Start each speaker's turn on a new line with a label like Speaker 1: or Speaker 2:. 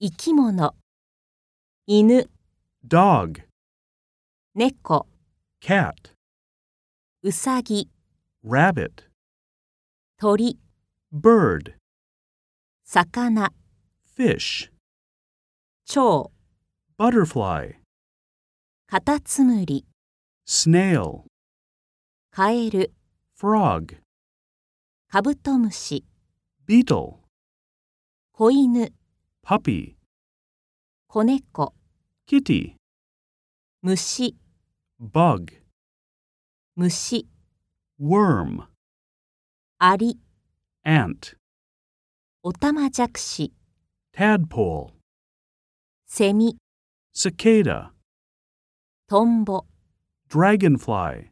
Speaker 1: 生き物、犬、
Speaker 2: dog,
Speaker 1: 猫、
Speaker 2: cat,
Speaker 1: うさぎ、
Speaker 2: rabbit,
Speaker 1: 鳥、
Speaker 2: bird,
Speaker 1: 魚、
Speaker 2: fish,
Speaker 1: 蝶、
Speaker 2: butterfly,
Speaker 1: カタツムリ、
Speaker 2: snail,
Speaker 1: カエル、
Speaker 2: frog,
Speaker 1: カブトムシ、
Speaker 2: beetle,
Speaker 1: 子犬、
Speaker 2: puppy,
Speaker 1: 子猫、
Speaker 2: kitty,
Speaker 1: 虫、
Speaker 2: bug,
Speaker 1: 虫、
Speaker 2: worm,
Speaker 1: アリ、
Speaker 2: ant,
Speaker 1: オタマジャクシ、
Speaker 2: tadpole,
Speaker 1: セミ、
Speaker 2: cicada,
Speaker 1: トンボ。
Speaker 2: dragonfly.